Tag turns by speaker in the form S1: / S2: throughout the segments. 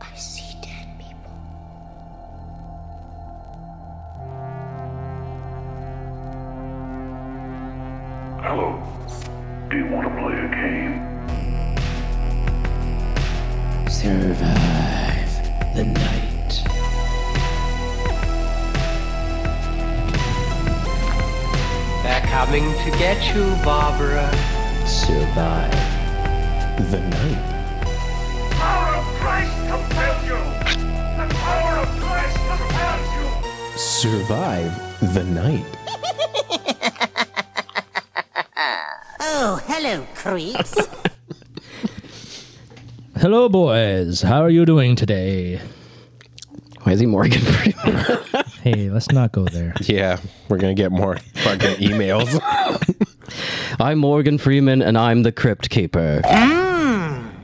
S1: I see dead people.
S2: Hello. Do you want to play a game?
S3: Survive the night.
S4: They're coming to get you, Barbara.
S3: Survive the night.
S2: Power of Christ compels you! The power of Christ compels you!
S3: Survive the night.
S5: Oh, hello, creeps.
S6: Hello, boys. How are you doing today?
S7: Why is he Morgan?
S6: Hey, let's not go there.
S7: yeah, we're gonna get more fucking emails. I'm Morgan Freeman, and I'm the Crypt Keeper.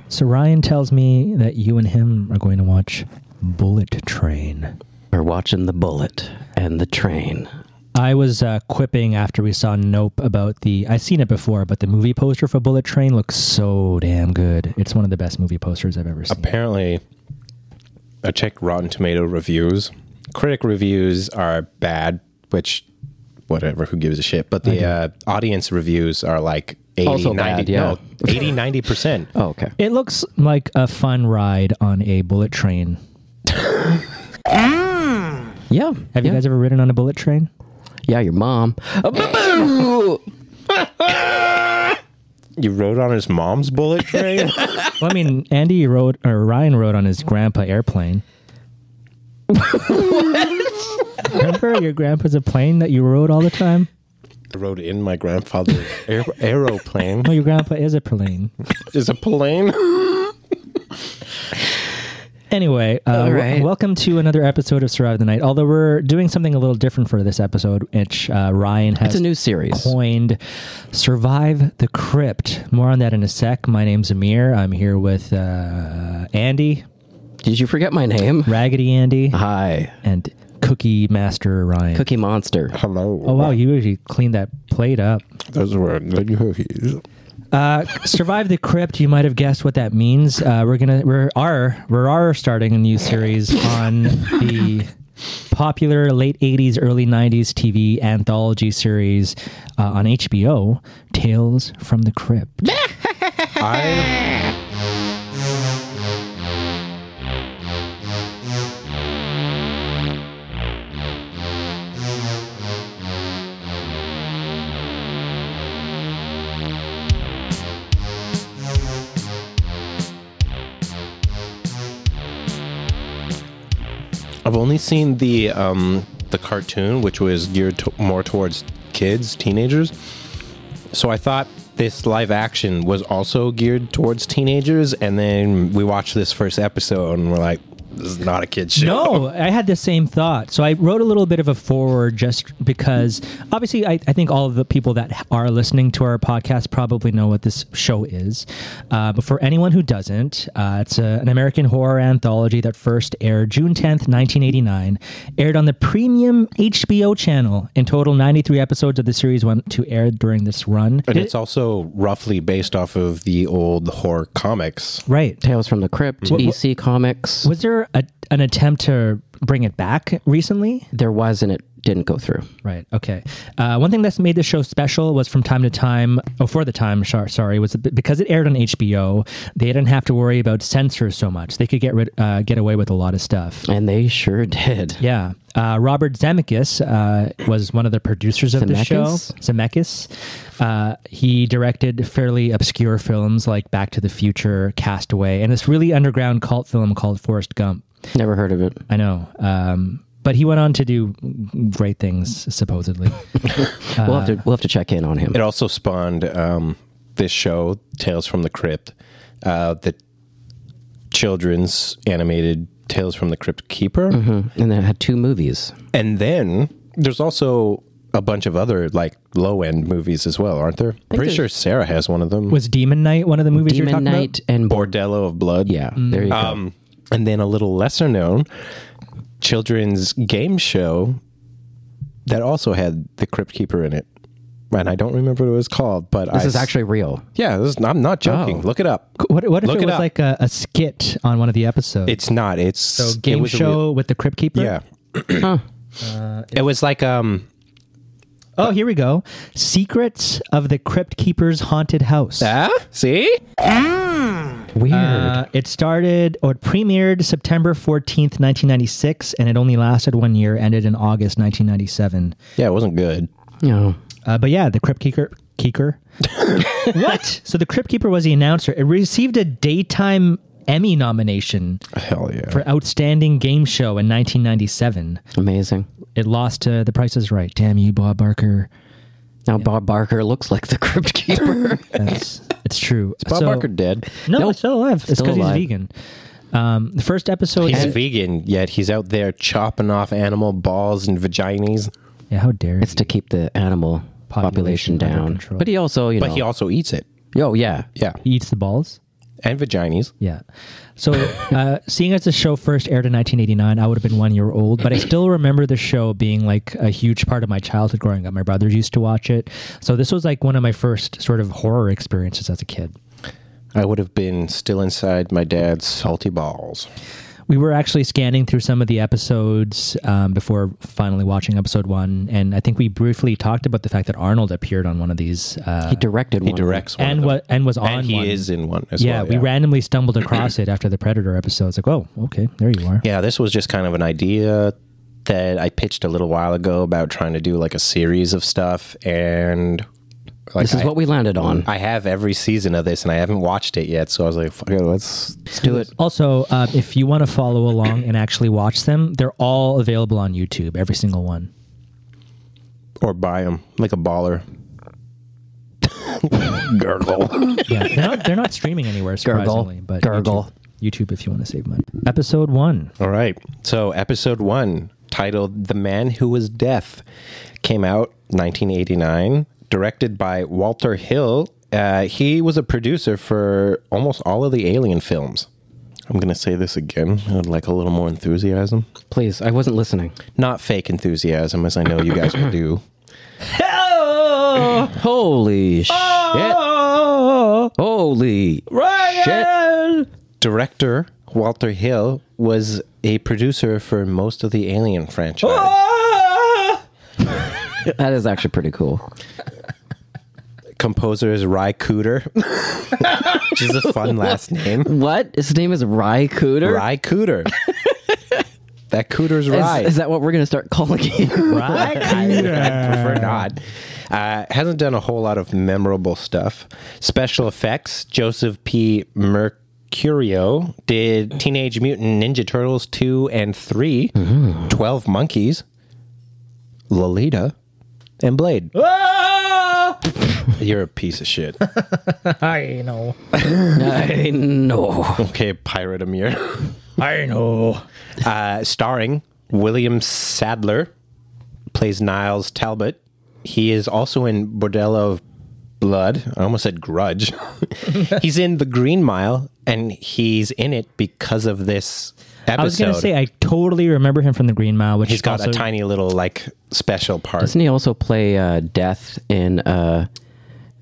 S6: So Ryan tells me that you and him are going to watch Bullet Train.
S7: We're watching the bullet and the train.
S6: I was uh, quipping after we saw Nope about the. I've seen it before, but the movie poster for Bullet Train looks so damn good. It's one of the best movie posters I've ever seen.
S8: apparently I checked Rotten Tomato reviews. Critic reviews are bad, which whatever, who gives a shit. But the uh, audience reviews are like 80,
S7: Also
S8: 90,
S7: bad, yeah.
S8: no, 80, 90%.
S7: Oh, okay.
S6: It looks like a fun ride on a bullet train.
S7: Yeah.
S6: Have you guys ever ridden on a bullet train?
S7: Yeah, your mom. Uh, boo-boo!
S8: You rode on his mom's bullet train?
S6: Well, I mean, Andy rode or Ryan rode on his grandpa airplane. Remember your grandpa's a plane that you rode all the time?
S8: I rode in my grandfather's aer- aeroplane.
S6: No, your grandpa is a plane.
S8: Is a plane?
S6: Anyway, uh, w-
S7: right.
S6: welcome to another episode of Survive the Night. Although we're doing something a little different for this episode, which uh, Ryan has
S7: It's a new series.
S6: coined Survive the Crypt. More on that in a sec. My name's Amir. I'm here with uh, Andy,
S7: Did you forget my name?
S6: Raggedy Andy,
S7: Ah. Hi.
S6: and Cookie Master Ryan.
S7: Cookie Monster.
S8: Hello.
S6: Oh wow, you usually clean that plate up.
S8: Those were good cookies.
S6: Uh, survive the crypt. You might have guessed what that means. Uh, we're gonna we're are we're are starting a new series on the popular late '80s, early '90s TV anthology series uh, on HBO, Tales from the Crypt.
S8: I I've only seen the um, the cartoon, which was geared to- more towards kids, teenagers. So I thought this live action was also geared towards teenagers, and then we watched this first episode, and we're like, "This is not a kid show."
S6: No, I had the same thought. So I wrote a little bit of a forward just because obviously I, I think all of the people that are listening to our podcast probably know what this show is. Uh, but for anyone who doesn't, uh, it's a, an American horror anthology that first aired June 10th, 1989, aired on the premium HBO channel. In total, 93 episodes of the series went to air during this run.
S8: And it's also roughly based off of the old horror comics.
S6: right.
S7: Tales from the Crypt, EC Comics.
S6: Was there a, an attempt to bring it back recently?
S7: There was, and it didn't go through.
S6: Right. Okay. Uh, one thing that's made this show special was from time to time, or for the time, sor- sorry, was that because it aired on HBO, they didn't have to worry about censors so much. They could get rid, uh, get away with a lot of stuff.
S7: And they sure did.
S6: Yeah. Uh, Robert Zemeckis uh, was one of the producers of the
S7: Zemeckis?
S6: show. Zemeckis. Uh, he directed fairly obscure films like Back to the Future, Castaway, and this really underground cult film called Forrest Gump.
S7: Never heard of it.
S6: I know. Um, but he went on to do great things, supposedly.
S7: We'll
S6: Uh,
S7: have to we'll have to check in on him.
S8: It also spawned um, this show, Tales from the Crypt, uh, the children's animated Tales from the Crypt Keeper.
S7: Hmm. And then it had two movies.
S8: And then there's also a bunch of other like low end movies as well, aren't there? Pretty
S7: there's-
S8: sure Sarah has one of them.
S6: Was Demon Knight one of the movies you're
S7: Demon
S6: talking
S7: Knight and Board.
S8: Bordello of Blood.
S7: Yeah, there you go.
S6: Mm.
S8: Um, and then a little lesser known children's game show that also had the Crypt Keeper in it. and I don't remember what it was called, but
S7: This
S8: I
S7: is
S8: s-
S7: actually real.
S8: yeah, this is, I'm not joking.
S7: Oh.
S8: Look it up.
S6: What, what if
S8: Look
S6: it
S8: it
S6: was
S8: up.
S6: like a, a skit on one of the episodes?
S8: It's not. It's
S6: so
S8: it
S6: game
S8: was a
S6: show Uh,
S8: real-
S6: with the Crypt Keeper.
S8: yeah, it was like um.
S6: Oh, here we go. Secrets of the Crypt Keeper's haunted house.
S8: Ah, see,
S7: Weird.
S6: Uh, it started or it premiered September 14th, 1996, and it only lasted one year, ended in August 1997.
S8: yeah, it wasn't good.
S7: no.
S6: Uh, but yeah, the Crypt Keeper. Keeper. what? So the Crypt Keeper was the announcer. It received a daytime Emmy nomination
S8: Hell yeah.
S6: for Outstanding Game Show in 1997.
S7: Amazing.
S6: It lost to The Price is Right. Damn you, Bob Barker.
S7: Now Bob Barker looks like the Crypt Keeper.
S6: That's, it's true.
S8: Bob
S6: So-
S8: Barker dead.
S6: No,
S7: Nope.
S6: it's still alive. It's
S7: Still
S6: because he's
S7: alive.
S6: vegan. Um, the first episode.
S8: He's
S6: and-
S8: vegan, yet he's out there chopping off animal balls and vaginas.
S6: yeah, how dare
S7: it's to keep the animal
S6: Population
S7: population,
S6: under
S7: down.
S6: control.
S7: But he also, you
S8: But
S7: know,
S8: he also eats it.
S7: oh yeah,
S8: Yeah,
S6: he eats the balls.
S8: and vaginas.
S6: Yeah. So, uh, seeing as the show first aired in 1989, I would have been one year old, but I still remember the show being like a huge part of my childhood growing up. My brothers used to watch it. So, this was like one of my first sort of horror experiences as a kid.
S8: I would have been still inside my dad's salty balls.
S6: We were actually scanning through some of the episodes um, before finally watching episode one. And I think we briefly talked about the fact that Arnold appeared on one of these uh,
S7: he directed.
S8: He
S7: one.
S8: directs one
S6: and,
S8: of
S6: wa-
S8: them.
S6: and was on
S8: and he
S6: one.
S8: is in one as
S6: yeah,
S8: well.
S6: we randomly stumbled across it after the Predator episode. It's like, oh, okay, there you are.
S8: Yeah, this was just kind of an idea that I pitched a little while ago about trying to do like a series of stuff, and like
S7: This is
S8: I,
S7: what we landed on.
S8: I have every season of this, and I haven't watched it yet. So I was like, Fuck it, let's.
S7: Let's do it.
S6: Also, uh, if you want to follow along and actually watch them, they're all available on YouTube, every single one.
S8: Or buy them like a baller. Gurgle.
S6: Yeah, they're not, they're not streaming anywhere,
S7: Gurgle.
S6: surprisingly. But
S7: Gurgle.
S6: YouTube, YouTube if you want to save money. Episode one.
S8: All right. So episode one, titled "The Man Who Was Death," came out 1989, directed by Walter Hill. Uh, he was a producer for almost all of the Alien films. I'm gonna say this again. I'd like a little more enthusiasm,
S7: Please, I wasn't listening.
S8: not fake enthusiasm, as I know you guys will do.
S7: Holy shit!
S6: Oh!
S7: Holy shit!
S8: Director Walter Hill was a producer for most of the Alien franchise.
S7: Ah! That is actually pretty cool.
S8: Composer is Ry Cooter, which is a fun last name.
S7: What? His name is Rai Cooter.
S8: Rye Cooter. that Cooter's rye.
S7: Is, is that what we're gonna start calling him?
S6: Right?
S8: I prefer not. Uh, hasn't done a whole lot of memorable stuff. Special effects, Joseph P. Mercurio did Teenage Mutant Ninja Turtles 2 and 3, 12 Monkeys, Lolita, and Blade. You're a piece of shit.
S6: I know.
S7: I know.
S8: okay, Pirate Amir.
S6: I know.
S8: uh, starring William Sadler, plays Niles Talbot. He is also in Bordello of Blood. I almost said Grudge. he's in The Green Mile, and he's in it because of this episode.
S6: I was going to say, I totally remember him from The Green Mile, which
S8: he's got
S6: also-
S8: a tiny little like special part.
S7: Doesn't he also play uh, Death in uh,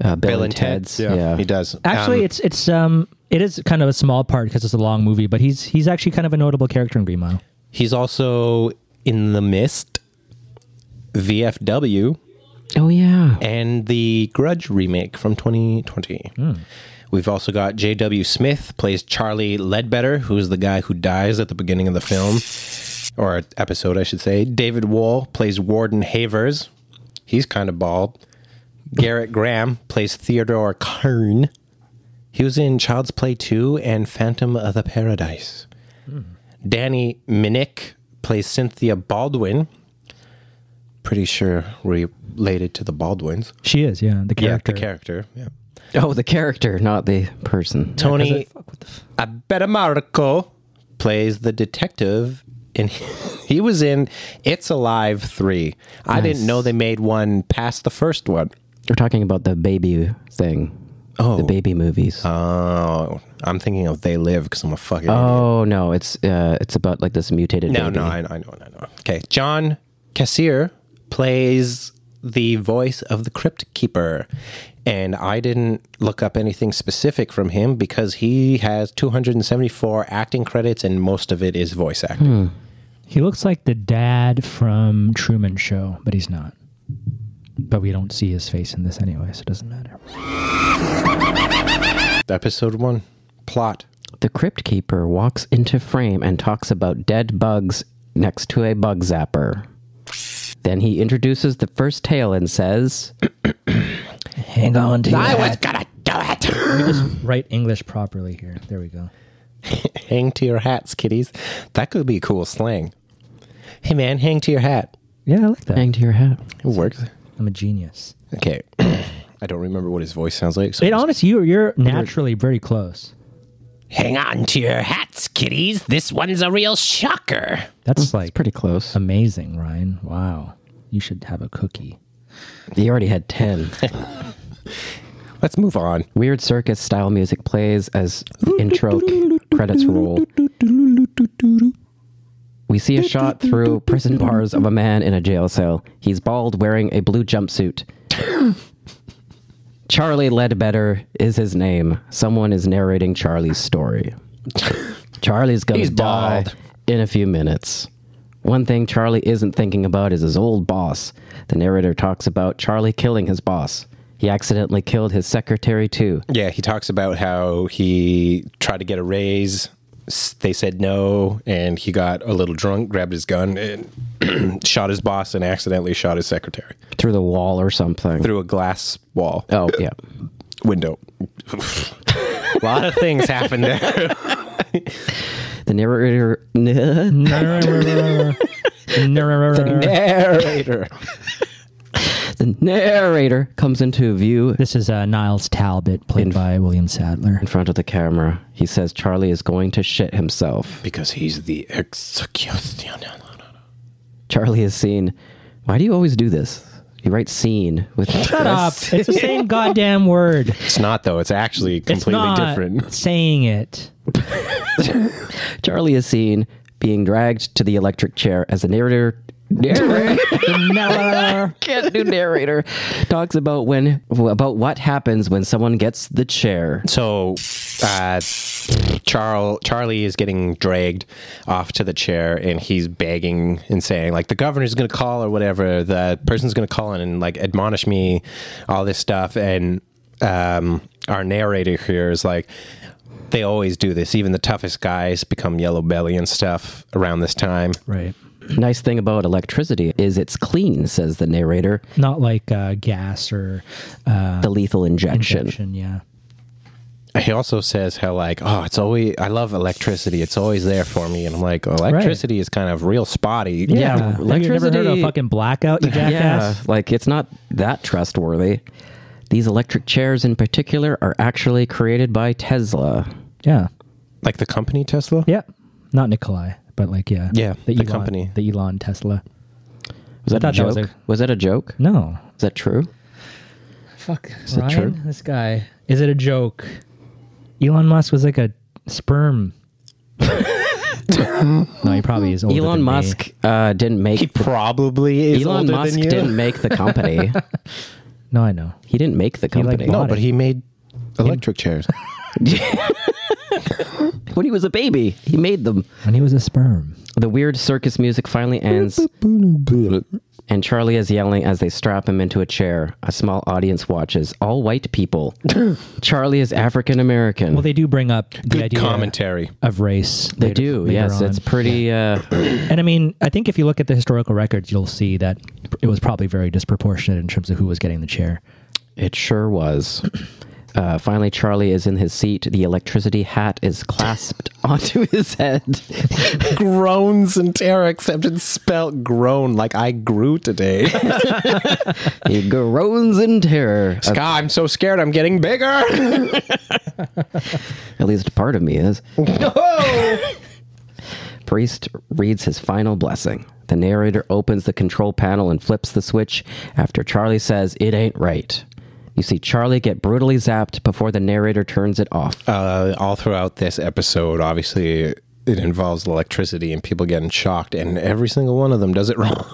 S7: uh, Bill, and Ted's?
S8: he does.
S6: Actually,
S8: Um,
S6: it's it's um it is kind of a small part because it's a long movie, but he's he's actually kind of a notable character in Green Mile.
S8: he's also in The Mist, VFW,
S7: Oh yeah.
S8: and the Grudge remake from 2020. We've also got J.W. Smith plays Charlie Ledbetter, who's the guy who dies at the beginning of the film, or episode, I should say. David Wall plays Warden Havers. He's kind of bald. Garrett Graham plays Theodore Kern. He was in Child's Play 2 and Phantom of the Paradise. Danny Minnick plays Cynthia Baldwin. Pretty sure related to the Baldwins.
S6: She is, yeah, the character.
S8: Yeah, the character. Yeah.
S7: Oh, the character, not the person.
S8: Tony Abedmarco plays the detective, and he was in It's Alive 3. I didn't know they made one past the first one.
S7: We're talking about the baby thing.
S8: Oh.
S7: the baby movies.
S8: Oh, I'm thinking of They Live because I'm a fucking idiot.
S7: oh no, it's uh, it's about like this mutated
S8: No,
S7: baby.
S8: no, I, I know, I know. Okay. John Cassier plays the voice of the Crypt Keeper. And I didn't look up anything specific from him because he has 274 acting credits and most of it is voice acting.
S6: He looks like the dad from Truman Show, but he's not. But we don't see his face in this anyway, so it doesn't matter.
S8: Episode one plot.
S7: The crypt keeper walks into frame and talks about dead bugs next to a bug zapper. Then he introduces the first tale and says,
S6: Hang on to I
S7: was gonna do it!
S6: write English properly here. There we go.
S8: Hang to your hats, kiddies. That could be cool slang. Hey, man, hang to your hat.
S6: Yeah, I like that.
S7: Hang to your hat.
S8: It works.
S6: I'm a genius.
S8: Okay. I don't remember what his voice sounds like. So
S6: It honestly, you you're naturally very close.
S8: hang on to your hats, kiddies. This one's a real shocker.
S6: That's like
S7: Pretty close.
S6: amazing, Ryan. Wow, you should have a cookie.
S7: He already had 10.
S8: Let's move on.
S7: Weird circus style music plays as the intro c- credits roll. We see a shot through prison bars of a man in a jail cell. He's bald, wearing a blue jumpsuit. Charlie Ledbetter is his name. Someone is narrating Charlie's story. Charlie's gonna
S8: He's
S7: die
S8: bald.
S7: in a few minutes. One thing Charlie isn't thinking about is his old boss. The narrator talks about Charlie killing his boss. He accidentally killed his secretary too.
S8: Yeah, he talks about how he tried to get a raise. S- They said no, and he got a little drunk, grabbed his gun, and shot his boss and accidentally shot his secretary
S7: through the wall or something.
S8: through a glass wall
S7: Oh yeah,
S8: window. a lot of things happened there.
S7: the narrator. the
S6: this
S8: Narrator.
S7: narrator comes into view
S6: is uh, Niles Talbot, played by William Sadler.
S7: in front of the camera. He says Charlie is going to shit himself.
S8: Because he's the executioner.
S7: Charlie is seen. Why do you always do this? You write scene with
S6: Shut up! It's the same goddamn word.
S8: It's not, though. It's actually
S6: It's
S8: completely
S6: not
S8: different.
S6: saying it.
S7: Charlie is seen being dragged to the electric chair as the narrator. narrator
S6: Never.
S7: can't do narrator talks about when about what happens when someone gets the chair.
S8: So, uh, Charl- Charlie is getting dragged off to the chair, and he's begging and saying, like, the governor's going to call or whatever. The person's going to call and, like, admonish me, all this stuff. And um, our narrator here is like, they always do this. Even the toughest guys become yellow belly and stuff around this time.
S6: right.
S7: Nice thing about electricity is it's clean, says the narrator.
S6: Not like uh, gas or uh,
S7: the lethal injection.
S6: injection. Yeah.
S8: he also says how like oh it's always i love electricity it's always there for me and i'm like electricity is kind of real spotty
S7: Yeah,
S6: Have you ever heard of a
S7: electricity-
S6: fucking blackout, you
S7: Yeah,
S6: jackass?
S7: like it's not that trustworthy. These electric chairs in particular are actually created by Tesla.
S6: Yeah.
S8: like the company tesla
S6: Yeah. Not Nikolai, but like yeah.
S8: Yeah,
S6: The,
S8: the
S6: Elon,
S8: company.
S6: The Elon Tesla.
S7: Was that
S6: thought
S7: a
S6: that
S7: joke?
S6: was
S7: was,
S6: a-
S7: that a joke?
S6: No.
S7: Is that true?
S6: Fuck. Is
S7: it true?
S6: This guy. Is it a joke? Elon Musk was like a sperm. no, he probably is older than
S7: Elon
S6: me.
S7: Musk uh, didn't make.
S8: he probably is
S7: Elon
S8: older
S7: Musk
S8: than you.
S7: didn't make the company.
S6: No, I know.
S7: he didn't make the
S6: like,
S7: company.
S8: no
S6: Bought
S8: but
S6: it.
S8: he made electric chairs
S7: when he was a baby, he made them.
S6: And he was a sperm.
S7: The weird circus music finally ends, and Charlie is yelling as they strap him into a chair. A small audience watches, all white people. Charlie is African American.
S6: Well, they do bring up the idea
S8: commentary
S6: of race.
S7: They do, yes. It's pretty. Uh,
S6: And I mean, I think if you look at the historical records, you'll see that it was probably very disproportionate in terms of who was getting the chair.
S7: it sure was. Uh, finally, Charlie is in his seat. The electricity hat is clasped onto his head.
S8: groans and terror except it's spelled groan like i grew today
S7: He groans in terror. Uh,
S8: god i'm so scared i'm getting bigger
S7: at least part of me is. Priest reads his final blessing. The narrator opens the control panel and flips the switch after Charlie says, It ain't right. You see Charlie get brutally zapped before the narrator turns it off.
S8: uh, all throughout this episode obviously it involves electricity and people getting shocked, and every single one of them does it wrong.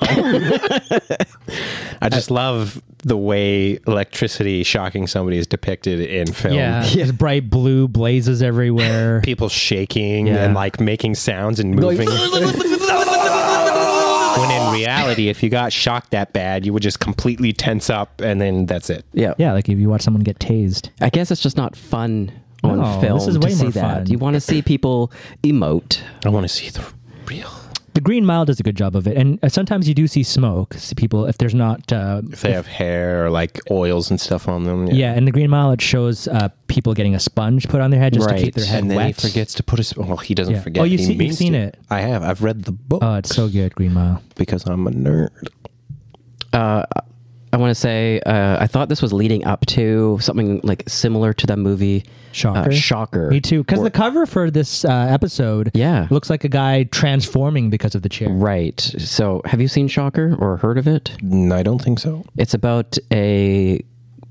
S8: I just love the way electricity shocking somebody is depicted in film.
S6: Yeah, there's bright blue blazes everywhere.
S8: People shaking
S6: Yeah.
S8: and like making sounds and moving. when in reality, if you got shocked that bad, you would just completely tense up, and then that's it.
S7: Yeah.
S6: yeah, like if you watch someone get tased.
S7: I guess it's just not fun on
S6: No,
S7: film
S6: this is
S7: to
S6: way
S7: see
S6: more
S7: that.
S6: fun.
S7: You want to see people emote.
S8: I want to see the real.
S6: The Green Mile does a good job of it, and uh, sometimes you do see smoke. See people if there's not. Uh,
S8: If they have hair or like oils and stuff on them,
S6: yeah, in the Green Mile it shows uh, people getting a sponge put on their head just to keep their head
S8: and then
S6: wet.
S8: he forgets to put his. Well, he doesn't
S6: Yeah.
S8: forget.
S6: Oh, you've
S8: He
S6: seen- you've
S8: means
S6: seen
S8: to.
S6: it.
S8: I have. I've read the book
S6: Oh, it's so good, Green Mile.
S7: Uh,
S8: because I'm a nerd.
S7: I want to say uh, I thought this was leading up to something like similar to that movie
S6: Shocker.
S7: Uh, Shocker.
S6: Me too, because
S7: Or-
S6: the cover for this uh, episode,
S7: Yeah.
S6: looks like a guy transforming because of the chair.
S7: Right. So, have you seen Shocker or heard of it?
S8: No, I don't think so.
S7: It's about a,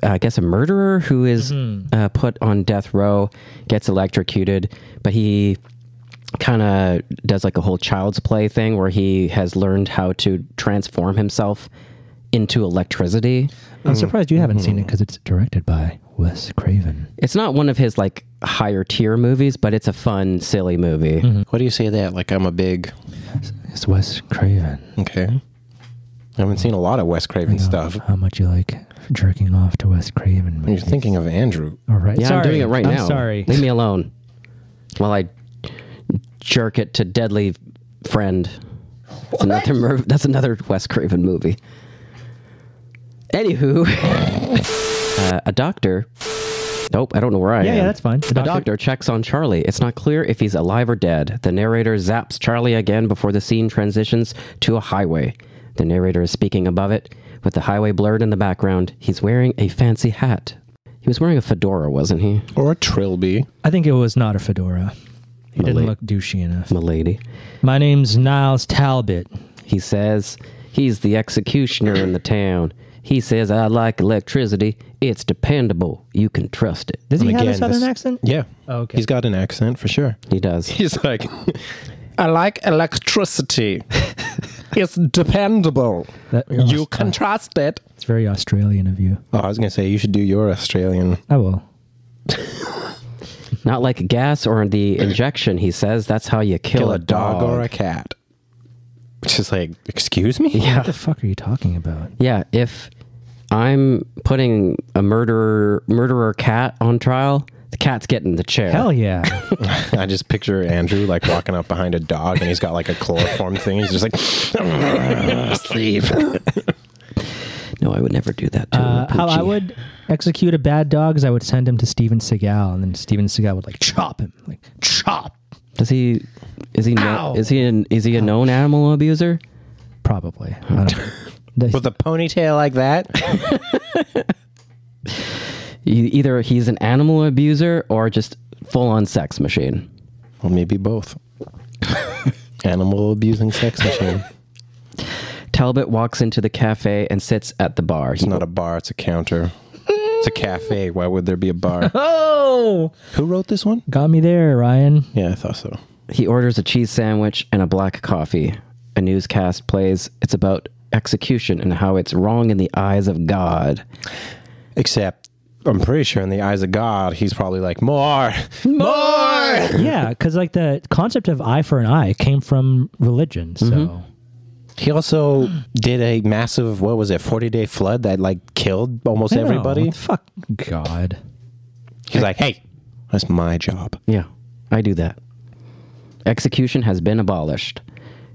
S7: I guess, a murderer who is,
S6: Mm-hmm.
S7: uh, put on death row, gets electrocuted, but he kind of does like a whole child's play thing where he has learned how to transform himself into electricity.
S6: I'm surprised you haven't
S7: Mm-hmm.
S6: seen it because it's directed by Wes Craven.
S7: It's not one of his like higher tier movies, but it's a fun, silly movie.
S6: Mm-hmm. Mm.
S8: Why do you say that? Like I'm a big.
S6: It's Wes Craven.
S8: Okay. I haven't seen a lot of Wes Craven stuff.
S6: How much you like jerking off to Wes Craven?
S8: You're
S6: movies.
S8: thinking of Andrew.
S6: All right.
S7: Yeah, I'm
S6: Sorry.
S7: doing it right
S6: I'm
S7: now.
S6: sorry.
S7: Leave me alone while I jerk it to Deadly Friend. That's another, mer- that's another Wes Craven movie. Anywho, uh, a doctor. Nope, I don't know where I
S6: Yeah,
S7: am.
S6: yeah, that's fine. The
S7: A
S6: doctor-
S7: doctor checks on Charlie. It's not clear if he's alive or dead. The narrator zaps Charlie again before the scene transitions to a highway. The narrator is speaking above it, with the highway blurred in the background. He's wearing a fancy hat. He was wearing a fedora, wasn't he?
S8: Or Trilby.
S6: I think it was not a fedora. He didn't
S7: Malay-
S6: look douchey enough.
S7: Milady.
S6: My name's Niles Talbot.
S7: He says he's the executioner in the town. He says I like electricity. It's dependable. You can trust it.
S6: Does he
S8: And
S6: have a
S8: again,
S6: southern
S8: this-
S6: accent?
S8: Yeah.
S6: Oh, okay.
S8: He's got an accent for sure.
S7: He does.
S8: He's like, I like electricity. it's dependable.
S6: That-
S8: You can trust it.
S6: It's very Australian of you. Oh,
S8: Oh, I was gonna say you should do your Australian.
S6: I will.
S7: Not like gas or the injection. He says that's how you kill,
S8: kill a dog or a cat. Which is like, excuse me?
S6: What the fuck are you talking about?
S7: Yeah, if I'm putting a murderer murderer cat on trial, the cat's getting the chair.
S6: Hell yeah.
S8: I just picture Andrew like walking up behind a dog and he's got like a chloroform thing. He's just like, sleep.
S7: No, I would never do that to
S6: Uh,
S7: a
S6: how I
S7: Poochie.
S6: would execute a bad dog is I would send him to Steven Seagal, and then Steven Seagal would like chop him, like chop.
S7: Does he is he
S6: Ow.
S7: no, is he an, is he a known animal abuser?
S6: Probably. I don't know. Does-
S8: With a ponytail like that?
S7: E- Either he's an animal abuser or just full on sex machine.
S8: Well, maybe both. Animal abusing sex machine.
S7: Talbot walks into the cafe and sits at the bar.
S8: It's not a bar, it's a counter. It's a cafe. Why would there be a bar?
S6: oh,
S8: Who wrote this one?
S6: got me there, Ryan.
S8: Yeah, I thought so.
S7: He orders a cheese sandwich and a black coffee. A newscast plays. It's about execution and how it's wrong in the eyes of God.
S8: Except, I'm pretty sure in the eyes of God, he's probably like, more.
S6: yeah, because like the concept of eye for an eye came from religion. So
S8: Mm-hmm. He also did a massive, what was it, 40 day flood that like killed almost
S6: I know.
S8: everybody.
S6: fuck God.
S8: He's like, hey, that's my job.
S7: Yeah, I do that. Execution has been abolished.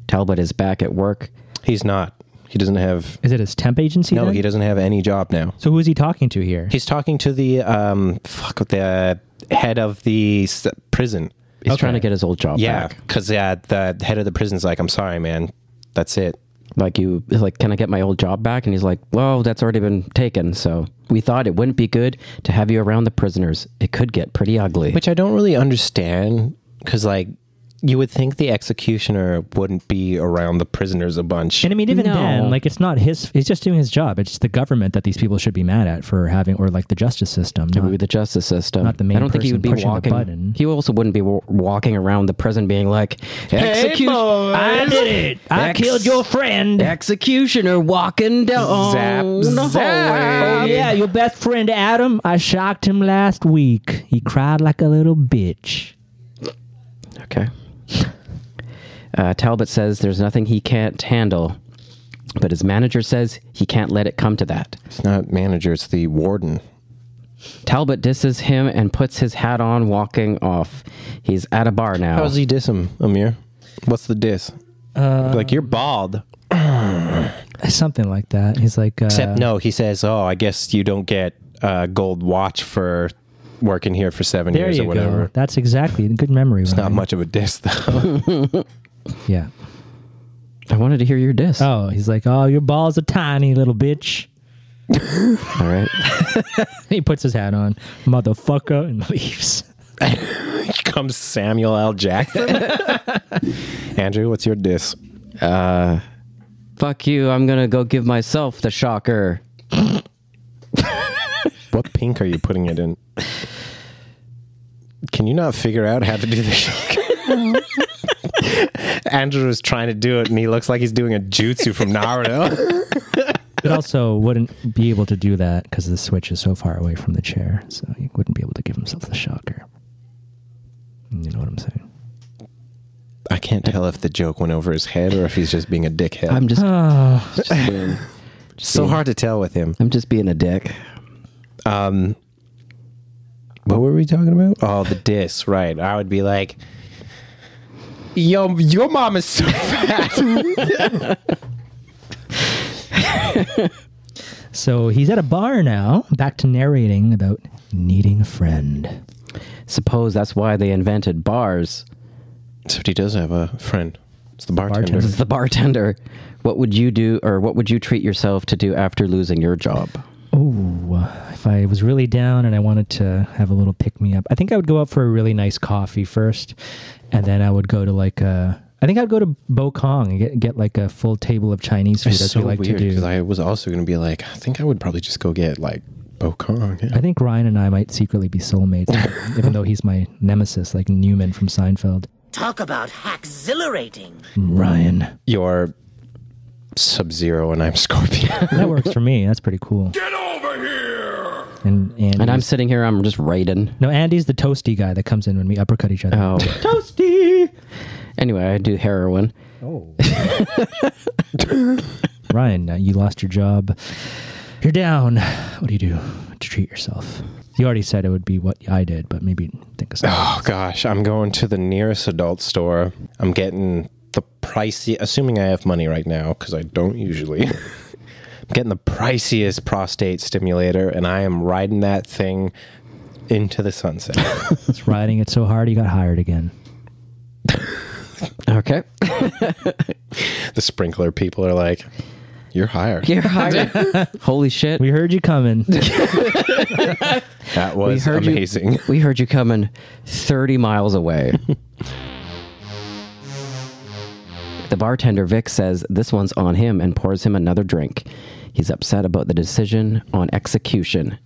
S7: Talbot is back at work.
S8: He's not. He doesn't have.
S6: Is it his temp agency?
S8: No,
S6: then?
S8: he doesn't have any job now.
S6: So who is he talking to here?
S8: He's talking to the um, fuck with the head of the s- prison.
S7: He's trying to get his old job
S8: Yeah,
S7: back.
S8: because uh, the head of the prison's like, I'm sorry, man, that's it.
S7: Like you he's like, can I get my old job back? And he's like, Well, that's already been taken, so we thought it wouldn't be good to have you around the prisoners. It could get pretty ugly.
S8: Which I don't really understand because like you would think the executioner wouldn't be around the prisoners a bunch.
S6: And I mean, even
S7: No.
S6: then, like it's not his. He's just doing his job. It's the government that these people should be mad at for having, or like the justice system.
S7: It would
S6: not-
S7: be the justice system.
S6: not the main
S7: I don't think he
S6: person
S7: would be
S6: pushing the
S7: walking.
S6: button.
S7: He also wouldn't be wa- walking around the prison being like, "Execu-
S6: I did it. I
S7: Ex-
S6: killed your friend.
S7: executioner walking down
S8: Zap,
S7: the
S8: zap.
S7: hallway."
S6: Oh yeah, your best friend Adam. I shocked him last week. He cried like a little bitch.
S7: Okay. Uh, Talbot says there's nothing he can't handle, but his manager says he can't let it come to that.
S8: It's not manager, it's the warden.
S7: Talbot disses him and puts his hat on, walking off. He's at a bar now.
S8: How does he diss him, Amir? What's the diss? like you're bald.
S6: Something like that. He's like, uh,
S8: Except no, he says, "Oh, I guess you don't get a gold watch for working here for seven
S6: there
S8: years
S6: you
S8: or whatever."
S6: go. That's exactly good memory. It's
S8: Not much of a diss though.
S6: Yeah.
S7: I wanted to hear your diss.
S6: Oh, he's like, oh, your balls are tiny, little bitch.
S7: All right.
S6: He puts his hat on, motherfucker, and leaves.
S8: Comes Samuel L. Jackson. Andrew, what's your diss?
S7: Fuck you. I'm going to go give myself the shocker.
S8: What pink are you putting it in? Can you not figure out how to do this? Andrew is trying to do it, and he looks like he's doing a jutsu from Naruto.
S6: It also wouldn't be able to do that because the switch is so far away from the chair, so he wouldn't be able to give himself the shocker. You know what I'm saying?
S8: I can't tell if the joke went over his head or if he's just being a dickhead.
S7: I'm just,
S8: Ah.
S6: Oh,
S7: just being,
S8: so hard to tell with him.
S7: I'm just being a dick.
S8: What were we talking about? Oh, the diss, right. I would be like, yo, your mom is so fat.
S6: so he's at a bar now. Back to narrating about needing a friend.
S7: Suppose that's why they invented bars.
S8: Except he does have a friend. It's the bartender.
S6: Bartender.
S7: It's the bartender. What would you do, or what would you treat yourself to do after losing your job?
S6: Oh, if I was really down and I wanted to have a little pick me up, I think I would go out for a really nice coffee first, and then I would go to like a. I think I'd go to Bo Kong and get, get like a full table of Chinese food.
S8: It's
S6: as
S8: so
S6: we like
S8: weird
S6: to do.
S8: 'cause I was also going to be like, I think I would probably just go get like Bokong.
S6: I
S8: Yeah.
S6: think Ryan and I might secretly be soulmates, even though he's my nemesis, like Newman from Seinfeld.
S5: Talk about hackzilarating.
S6: Ryan.
S8: You're Sub Zero and I'm Scorpion.
S6: That works for me. That's pretty cool. Get over here! And, Andy's,
S7: And I'm sitting here, I'm just raiding.
S6: No, Andy's the toasty guy that comes in when we uppercut each other.
S7: Oh,
S6: Toasty!
S7: anyway, I do heroin. Oh.
S6: Ryan, uh, you lost your job. You're down. What do you do to treat yourself? You already said it would be what I did, but maybe think of something.
S8: oh, gosh. I'm going to the nearest adult store. I'm getting the pricey, assuming I have money right now, because I don't usually. I'm getting the priciest prostate stimulator and I am riding that thing into the sunset.
S6: It's riding it so hard, he got hired again.
S7: Okay.
S8: the sprinkler people are like, you're hired.
S7: You're hired. Holy shit.
S6: We heard you coming.
S8: That was
S7: heard you-
S8: amazing.
S7: We heard you coming 30 miles away. the bartender Vic says this one's on him and pours him another drink. He's upset about the decision on execution.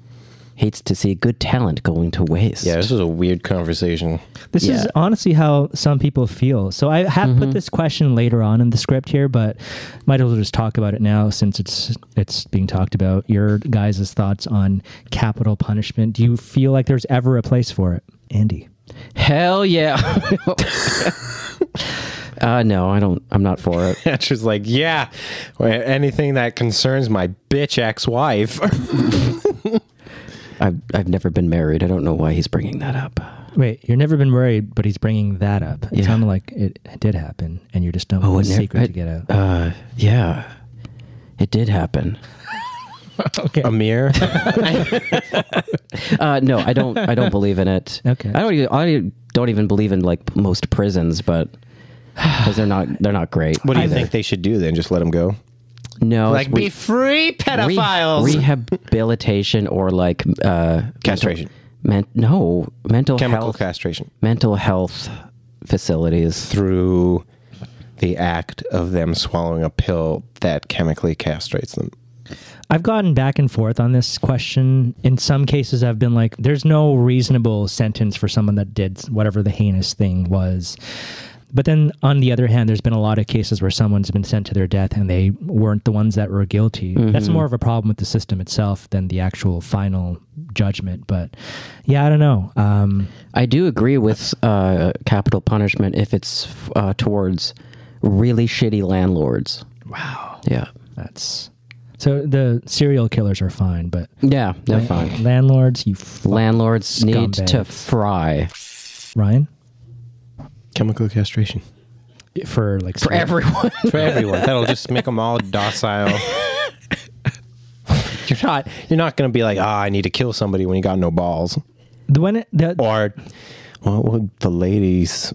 S7: Hates to see good talent going to waste.
S8: Yeah, this was a weird conversation.
S6: This is
S7: Yeah. Mm-hmm.
S6: honestly how some people feel. So I have put this question later on in the script here, but might as well just talk about it now since it's it's being talked about. Your guys' thoughts on capital punishment. Do you feel like there's ever a place for it? Andy.
S7: Hell yeah. uh, no, I don't. I'm not for it.
S8: Andrew's like, yeah, anything that concerns my bitch ex-wife.
S7: I've, I've never been married. I don't know why he's bringing that up.
S6: Wait, you've never been worried, but he's bringing that up. It sounded like it did happen, and you're just don't
S7: Oh,
S6: want
S7: it
S6: the
S7: nev-
S6: secret
S7: I-
S6: to get out.
S7: Uh, yeah, it did happen.
S6: okay.
S8: Amir,
S7: Uh, no, I don't. I don't believe in it.
S6: Okay.
S7: I don't. Even, I don't even believe in like most prisons, but because they're not they're not great.
S8: what do you think they should do then? Just let him go?
S7: No, it's re-
S8: free
S7: re- rehabilitation or like uh,
S8: Castration.
S7: men- no mental
S8: Chemical
S7: health,
S8: castration.
S7: mental health facilities.
S8: through the act of them swallowing a pill that chemically castrates them.
S6: I've gotten back and forth on this question. In some cases, I've been like, there's no reasonable sentence for someone that did whatever the heinous thing was. But then on the other hand, there's been a lot of cases where someone's been sent to their death and they weren't the ones that were guilty.
S7: Mm-hmm.
S6: That's more of a problem with the system itself than the actual final judgment. But yeah, I don't know. Um,
S7: I do agree with uh, capital punishment if it's uh, towards really shitty landlords. Wow. Yeah.
S6: that's so the serial killers are fine, but
S7: Yeah, they're fine.
S6: landlords, you f-
S7: Landlords need to
S6: Scumbags.
S7: fry
S6: Ryan
S8: Chemical castration.
S6: for like
S7: for everyone.
S8: For everyone. That'll just make them all docile. You're not you're not gonna be like, ah, I need to kill somebody when you got no balls.
S6: the when it, the,
S8: Or what would the ladies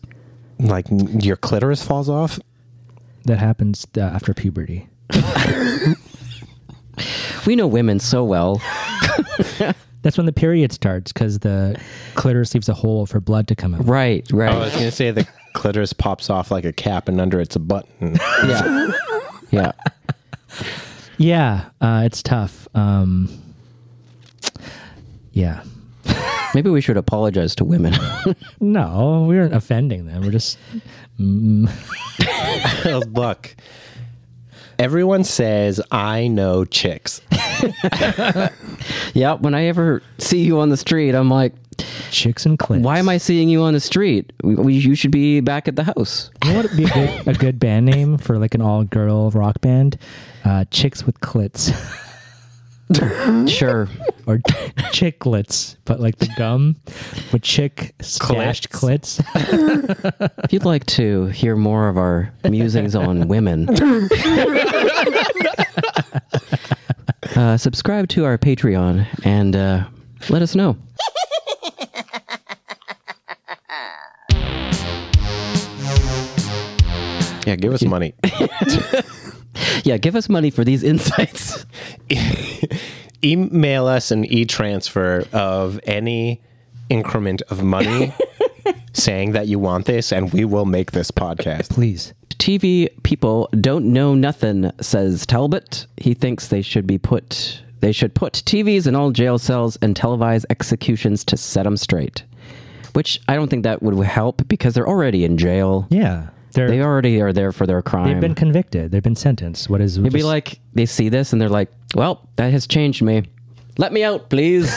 S8: like n- your clitoris falls off?
S6: that happens uh, after puberty.
S7: we know women so well.
S6: That's when the period starts because the clitoris leaves a hole for blood to come out.
S7: Right,
S8: I was
S7: right.
S8: gonna say the clitoris pops off like a cap and under it's a button.
S7: yeah. Yeah.
S6: Yeah, uh, it's tough. Um, yeah.
S7: Maybe we should apologize to women.
S6: No, we aren't offending them. We're just
S8: Oh, Look. Everyone says I know chicks.
S7: yeah, when I ever see you on the street, I'm like,
S6: chicks and clits.
S7: why am I seeing you on the street? We, we, you should be back at the house.
S6: You know what would be a good, a good band name for like an all girl rock band? Uh, chicks with clits
S7: Sure.
S6: or chicklets, but like the gum with chick slashed clits.
S7: if you'd like to hear more of our musings on women, uh, subscribe to our Patreon and uh, let us know.
S8: Yeah, give us money.
S7: Yeah, give us money for these insights.
S8: email us an e-transfer of any increment of money saying that you want this and we will make this podcast
S6: Please.
S7: TV people don't know nothing, says Talbot. He thinks they should be put. They should put TVs in all jail cells and televise executions to set them straight. Which I don't think that would help because they're already in jail.
S6: Yeah. They're,
S7: They already are there for their crime.
S6: They've been convicted. They've been sentenced. What is?
S7: It'd be like they see this and they're like, "Well, that has changed me. Let me out, please."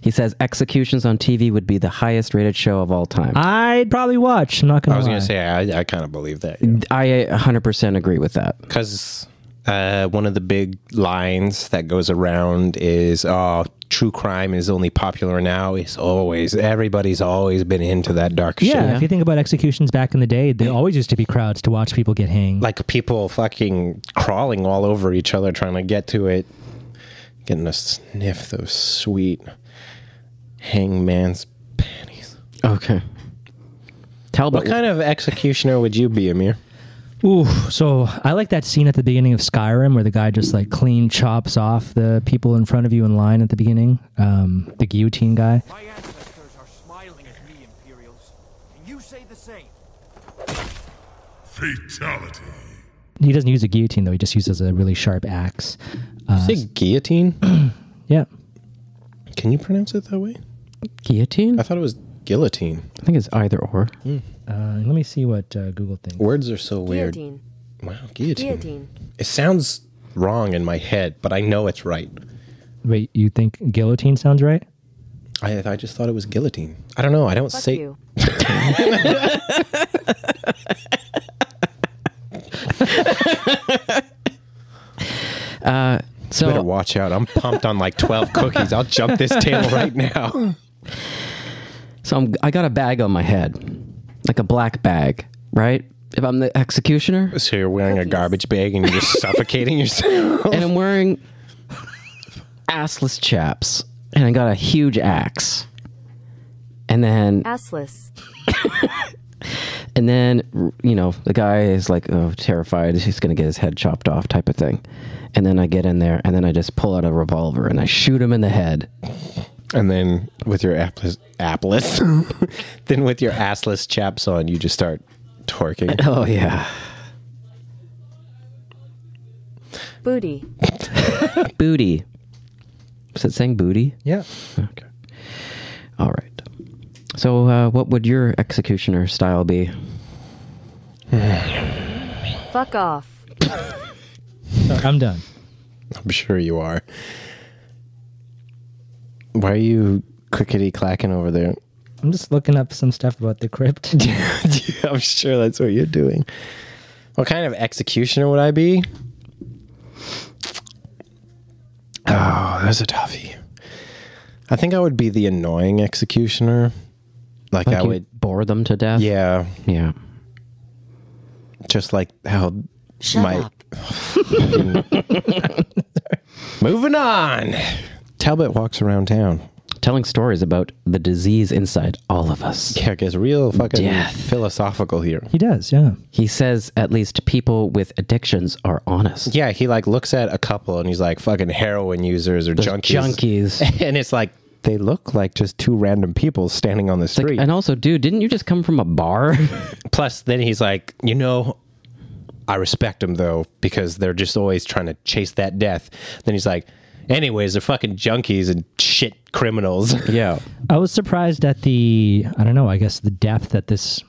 S7: he says executions on TV would be the highest rated show of all time.
S6: I'd probably watch. I'm not gonna.
S8: i was
S6: lie.
S8: gonna say i, I kind of believe that
S7: I 100% agree with that.
S8: because uh, one of the big lines that goes around is oh true crime is only popular now it's always everybody's always been into that dark
S6: Yeah,
S8: shit
S6: if you think about executions back in the day, there always used to be crowds to watch people get hanged.
S8: like people fucking crawling all over each other trying to get to it getting a sniff those sweet hangman's panties
S7: Okay. Talbot
S8: What kind of executioner would you be, Amir?
S6: Ooh, so I like that scene at the beginning of Skyrim where the guy just like clean chops off the people in front of you in line at the beginning, um, the guillotine guy.
S1: My ancestors are smiling at me, Imperials, and you say the same.
S2: Fatality.
S6: He doesn't use a guillotine though; he just uses a really sharp axe. Uh,
S8: Say guillotine.
S6: Yeah,
S8: Can you pronounce it that way?
S7: guillotine?
S8: I thought it was guillotine.
S7: I think it's either or.
S6: uh, let me see what uh, Google thinks.
S8: Words are so weird.
S9: Guillotine.
S8: Wow, guillotine.
S9: Guillotine.
S8: It sounds wrong in my head, but I know it's right.
S6: Wait, you think guillotine sounds right?
S8: I, I just thought it was guillotine. I don't know. I don't
S9: Fuck
S8: say.
S9: you.
S8: Better
S7: So
S8: watch out. I'm pumped on like 12 cookies. I'll jump this table right now.
S7: so I'm, I got a bag on my head. Like a black bag, right? If I'm the executioner
S8: So you're wearing a garbage bag and you're just suffocating yourself.
S7: and I'm wearing assless chaps and I got a huge axe. And then
S9: Assless.
S7: And then, r- you know, the guy is like, oh, terrified. He's going to get his head chopped off, type of thing. And then I get in there and then I just pull out a revolver and I shoot him in the head.
S8: And then with your appless, appless, then with your assless chaps on, you just start twerking.
S7: Oh yeah,
S9: Booty.
S7: booty. Is it saying booty?
S6: Yeah.
S7: Okay. All right. So, uh, what would your executioner style be?
S9: Fuck off.
S6: I'm done.
S8: I'm sure you are. Why are you clickety clacking over there?
S6: I'm just looking up some stuff about the crypt.
S8: I'm sure that's what you're doing. What kind of executioner would I be? Oh, that's a toughie. I think I would be the annoying executioner. Like, I
S7: you
S8: would,
S7: bore them to death.
S8: yeah,
S7: Yeah.
S8: just like how
S5: Shut
S8: my
S5: up.
S8: Moving on. Talbot walks around town.
S7: Telling stories about the disease inside all of us.
S8: Yeah, it gets real fucking
S7: Death.
S8: philosophical here.
S6: He does, yeah.
S7: He says at least people with addictions are honest.
S8: Yeah, he like looks at a couple and he's like fucking heroin users or
S7: Those
S8: junkies.
S7: junkies.
S8: And it's like they look like just two random people standing on the
S7: It's like,
S8: street.
S7: and also, dude, didn't you just come from a bar?
S8: Plus, then he's like, you know, I respect them though because they're just always trying to chase that death. Then he's like, anyways, they're fucking junkies and shit criminals.
S7: yeah.
S6: I was surprised at the I don't know, I guess the depth that this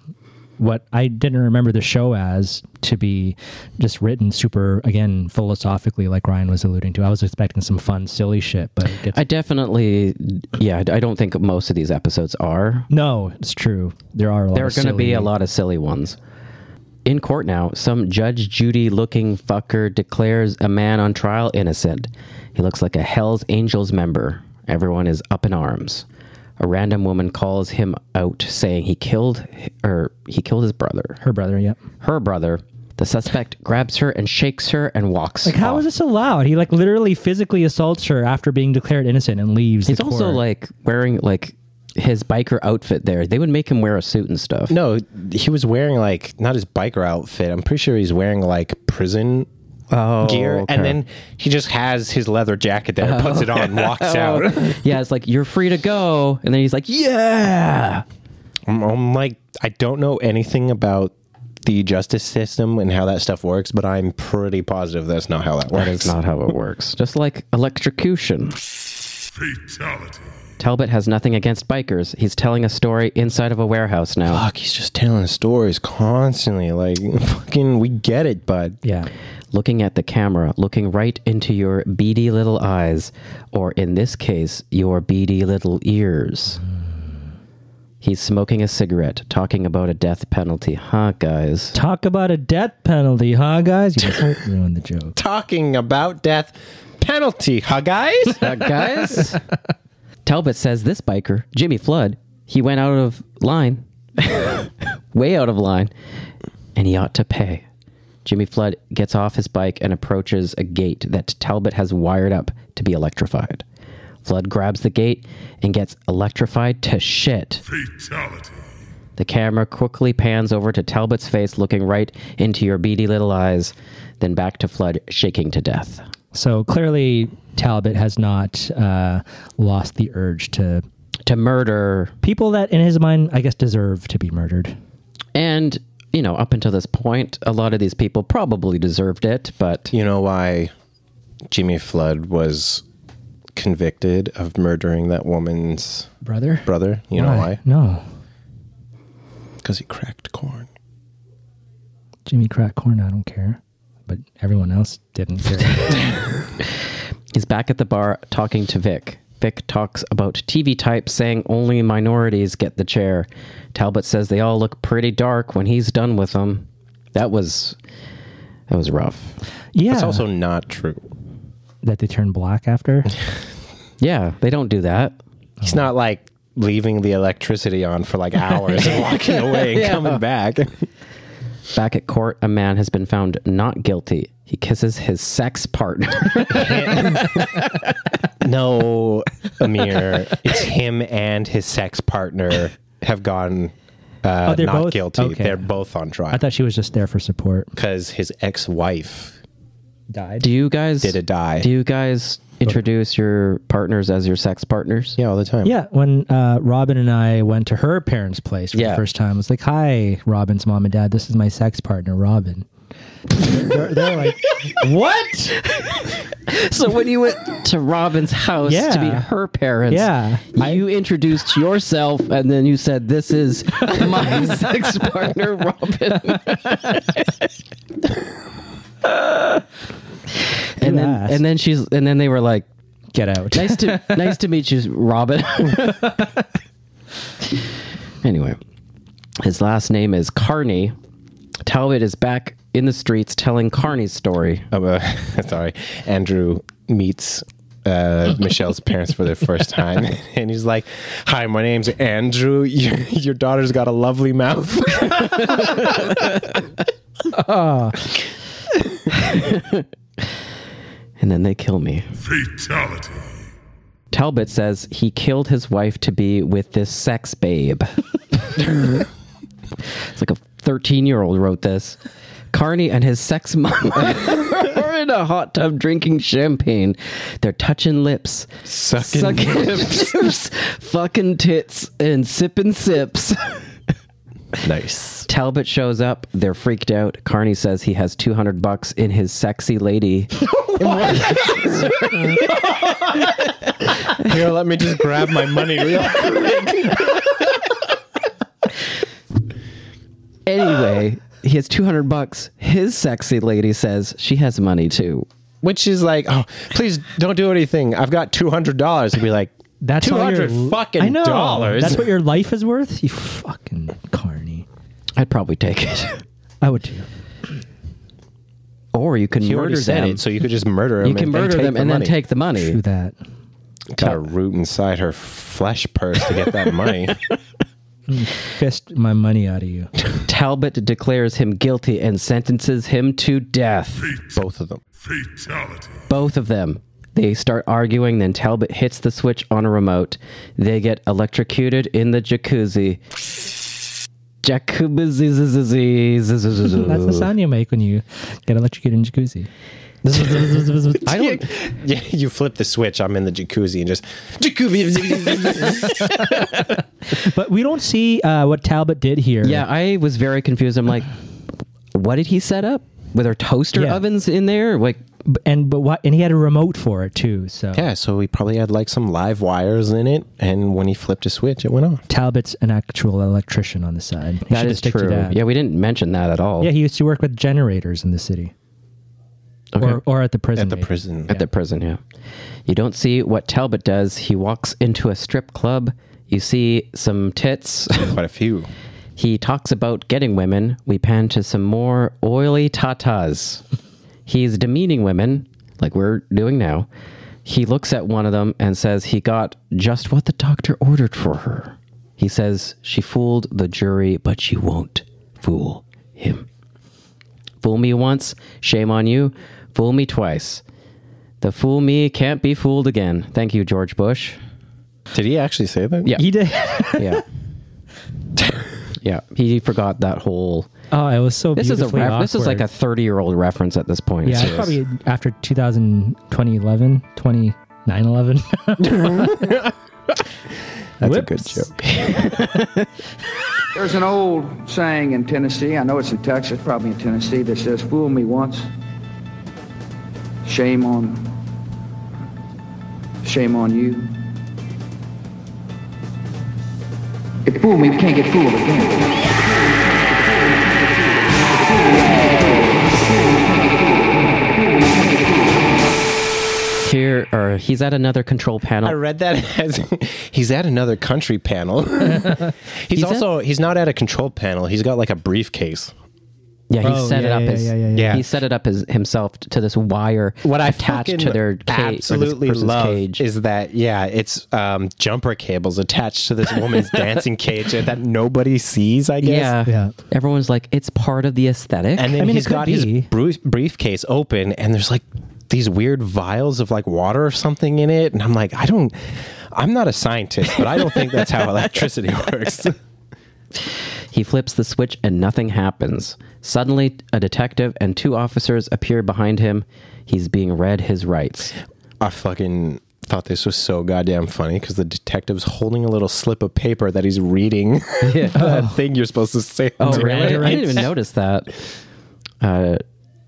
S6: what I didn't remember the show as to be just written super again philosophically like Ryan was alluding to. I was expecting some fun silly shit, but it gets,
S7: I definitely, yeah, I I don't think most of these episodes are.
S6: no, it's true. There are a lot
S7: There are
S6: of
S7: going to be a
S6: silly-
S7: lot of silly ones. In court now, some Judge Judy looking fucker declares a man on trial innocent. He looks like a Hell's Angels member. Everyone is up in arms. A random woman calls him out saying he killed or he killed his brother.
S6: her brother, yep.
S7: Her brother, the suspect grabs her and shakes her and walks.
S6: Like how
S7: off.
S6: is this allowed? He like literally physically assaults her after being declared innocent and leaves.
S7: He's
S6: the
S7: also
S6: court.
S7: like wearing like his biker outfit there. They would make him wear a suit and stuff.
S8: no, he was wearing like not his biker outfit. I'm pretty sure he's wearing like prison gear,
S7: Oh, okay.
S8: and then he just has his leather jacket there, puts it on, and walks out.
S7: Yeah, it's like you're free to go, and then he's like, "Yeah."
S8: I'm, I'm like, I don't know anything about the justice system and how that stuff works, but I'm pretty positive that's not how that works.
S7: That is not how it works. Just like electrocution.
S2: Fatality.
S7: Talbot has nothing against bikers. He's telling a story inside of a warehouse now.
S8: Fuck, he's just telling stories constantly. Like, fucking, we get it, bud.
S6: yeah.
S7: Looking at the camera, looking right into your beady little eyes, or in this case, your beady little ears. Mm. He's smoking a cigarette, talking about a death penalty. Huh, guys?
S6: Talk about a death penalty, huh guys? You guys ruined the joke.
S8: Talking about death penalty, huh, guys?
S7: Uh, guys? Talbot says this biker, Jimmy Flood, he went out of line, way out of line, and he ought to pay. Jimmy Flood gets off his bike and approaches a gate that Talbot has wired up to be electrified. Flood grabs the gate and gets electrified to shit.
S2: Fatality.
S7: The camera quickly pans over to Talbot's face, looking right into your beady little eyes, then back to Flood, shaking to death.
S6: So clearly Talbot has not uh, lost the urge to
S7: To murder
S6: people that in his mind i guess deserve to be murdered
S7: And, you know, up until this point, a lot of these people probably deserved it, but
S8: You know why Jimmy Flood was convicted of murdering that woman's
S6: brother
S8: brother? You know why?
S6: no
S8: Because he cracked corn.
S6: jimmy cracked corn i don't care but everyone else didn't care
S7: he's back at the bar talking to Vic. Vic talks about TV types, saying only minorities get the chair. Talbot says they all look pretty dark when he's done with them. That was that was rough.
S6: yeah
S8: That's also not true.
S6: that they turn black after
S7: Yeah, they don't do that.
S8: He's not like leaving the electricity on for like hours and walking away and coming back.
S7: Back at court, a man has been found not guilty. He kisses his sex partner.
S8: No, Amir, it's him and his sex partner have gone uh,
S6: Oh, they're
S8: not
S6: both-
S8: guilty.
S6: okay.
S8: They're both on trial
S6: i thought she was just there for support
S8: because his ex-wife
S6: died
S7: do you guys
S8: did a die.
S7: Do you guys introduce your partners as your sex partners?
S8: Yeah, all the time.
S6: Yeah, when uh, Robin and I went to her parents' place for the
S7: Yeah.
S6: first time, I was like, "Hi, Robin's mom and dad. This is my sex partner, Robin." they're, they're like, "What?"
S7: So when you went to Robin's house
S6: Yeah.
S7: to meet her parents,
S6: Yeah.
S7: you introduced yourself and then you said, "This is my sex partner, Robin." and then
S6: asked.
S7: and then she's and then they were like,
S6: Get out.
S7: "Nice to nice to meet you, Robin." anyway, his last name is Carney. Talbot is back in the streets telling Carney's story.
S8: Um, uh, sorry, Andrew meets uh, Michelle's parents for the first time, and he's like, "Hi, my name's Andrew. Your, your daughter's got a lovely mouth."
S7: And then they kill me.
S2: Fatality.
S7: Talbot says he killed his wife to be with this sex babe. it's like a 13 year old wrote this. Carney and his sex mama are in a hot tub drinking champagne. They're touching lips,
S8: Sucking
S7: lips, fucking tits, and sipping sips.
S8: nice.
S7: Talbot shows up. They're freaked out. Carney says he has 200 bucks in his sexy lady.
S8: Here, let me just grab my money real quick.
S7: Anyway, he has 200 bucks. His sexy lady says she has money too.
S8: Which is like, oh, please don't do anything. I've got two hundred dollars. He'd be like,
S6: That's
S8: two
S6: all your-
S8: hundred fucking
S6: I know.
S8: dollars.
S6: That's what your life is worth. You fucking carny.
S7: I'd probably take it.
S6: I would too.
S7: Or you can
S8: he already
S7: murder
S8: said
S7: them.
S8: it, so you could just murder him.
S7: you can
S8: and-
S7: murder
S8: take
S7: them
S8: the
S7: and
S8: money.
S7: then take the money.
S6: True that.
S8: Got to root inside her flesh purse to get that money.
S6: Fist my money out of you.
S7: Talbot declares him guilty and sentences him to death.
S8: Both of them.
S2: Fatality.
S7: Both of them. They start arguing, then Talbot hits the switch on a remote. They get electrocuted in the jacuzzi. Jacuzzi.
S6: That's the sound you make when you get electrocuted in jacuzzi.
S7: I don't.
S8: Yeah, you flip the switch. I'm in the jacuzzi and just jacuzzi.
S6: But we don't see uh, what Talbot did here.
S7: Yeah, I was very confused. I'm like, what did he set up? Were there toaster
S6: Yeah.
S7: ovens in there? Like,
S6: B- and but what? And he had a remote for it too. So
S8: yeah, so we probably had like some live wires in it, and when he flipped a switch, it went off.
S6: Talbot's an actual electrician on the side. He
S7: that
S6: should
S7: is
S6: stick to
S7: true.
S6: that.
S7: Yeah, we didn't mention that at all.
S6: Yeah, he used to work with generators in the city, or, or at the prison.
S8: At the
S6: maybe.
S8: prison.
S7: at the prison. Yeah, you don't see what Talbot does. He walks into a strip club. You see some tits.
S8: Quite a few.
S7: he talks about getting women. We pan to some more oily tatas. He's demeaning women, like we're doing now. He looks at one of them and says he got just what the doctor ordered for her. He says she fooled the jury, but she won't fool him. Fool me once, shame on you. Fool me twice. The fool me can't be fooled again. Thank you, George Bush.
S8: Did he actually say that?
S7: Yeah.
S6: He did.
S7: Yeah. yeah. He forgot that whole
S6: oh, it was so.
S7: this is a
S6: beautifully
S7: ref- this is like a
S6: awkward.
S7: 30 year old reference at this point.
S6: yeah, it's probably after 2000, 2011, 2911.
S8: That's a good
S6: Whoops.
S8: joke.
S10: There's an old saying in Tennessee, I know it's in Texas, probably in Tennessee, that says, Fool me once, shame on, shame on you. If you fool me, we can't get fooled again.
S7: Here or he's at another control panel.
S8: I read that as he's at another country panel. he's,
S7: He's at-
S8: also he's not at a control panel. He's got like a briefcase.
S7: yeah, he
S6: Oh,
S7: set it
S6: yeah,
S7: up
S6: yeah,
S7: as
S6: yeah, yeah, yeah,
S8: yeah.
S7: he set it up as himself to this wire
S8: What I
S7: attached
S8: fucking
S7: to their cage
S8: absolutely
S7: or this person's
S8: love
S7: cage.
S8: is that yeah, it's um, jumper cables attached to this woman's dancing cage that nobody sees. I guess.
S6: Yeah.
S7: yeah. Everyone's like it's part of the aesthetic.
S8: And then
S6: I mean, it
S8: he's
S6: could
S8: got
S6: be.
S8: his bru- briefcase open, and there's like these weird vials of like water or something in it. And I'm like, I don't, I'm not a scientist, but I don't think that's how electricity works.
S7: He flips the switch and nothing happens. Suddenly, a detective and two officers appear behind him. He's being read his rights.
S8: I fucking thought this was so goddamn funny because the detective's holding a little slip of paper that he's reading that thing you're supposed to say.
S7: Oh,
S8: to
S7: really?
S8: him.
S7: I didn't even notice that. Uh,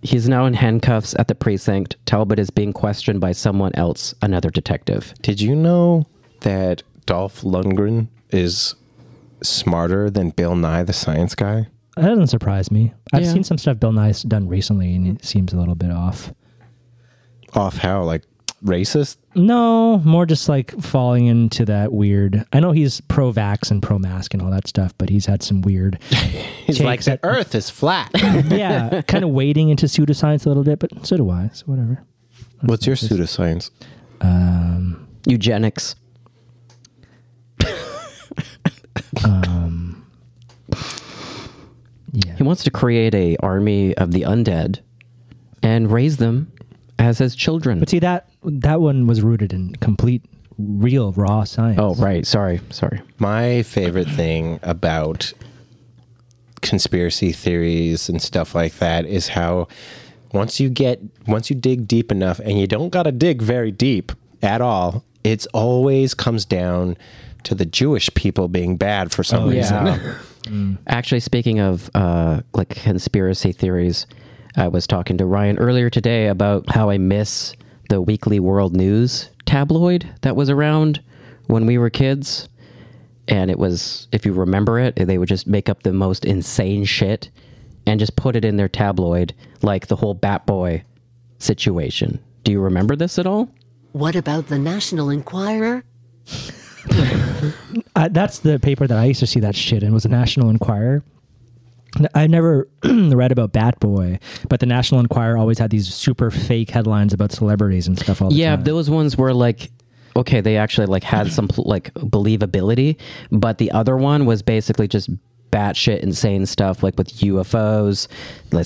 S7: he's now in handcuffs at the precinct. Talbot is being questioned by someone else, another detective.
S8: Did you know that Dolph Lundgren is smarter than Bill Nye the Science Guy?
S6: That doesn't surprise me. I've
S7: Yeah.
S6: seen some stuff Bill Nye's done recently, and it seems a little bit off.
S8: Off how? Like racist?
S6: No, more just like falling into that weird. I know he's pro vax and pro mask and all that stuff, but he's had some weird.
S8: He's
S6: Takes
S8: like, the
S6: it-
S8: earth is flat.
S6: yeah, kind of wading into pseudoscience a little bit, but so do I. So whatever.
S8: What's your pseudoscience?
S7: Eugenics.
S6: Yeah.
S7: He wants to create a army of the undead and raise them as his children.
S6: But see that that one was rooted in complete, real, raw science.
S7: Oh, right. Sorry. Sorry.
S8: My favorite thing about conspiracy theories and stuff like that is how once you get once you dig deep enough and you don't got to dig very deep at all, it's always comes down to the Jewish people being bad for some reason.
S7: Actually, speaking of uh, like conspiracy theories, I was talking to Ryan earlier today about how I miss the Weekly World News tabloid that was around when we were kids. And it was, if you remember it, they would just make up the most insane shit and just put it in their tabloid, like the whole Bat Boy situation. Do you remember this at all?
S5: What about the National Enquirer?
S6: I, that's the paper that I used to see that shit in was the National Enquirer. N- I never read about Bat Boy, but the National Enquirer always had these super fake headlines about celebrities and stuff all the
S7: yeah
S6: time.
S7: those ones were like okay they actually like had some like believability but the other one was basically just batshit insane stuff like with ufos like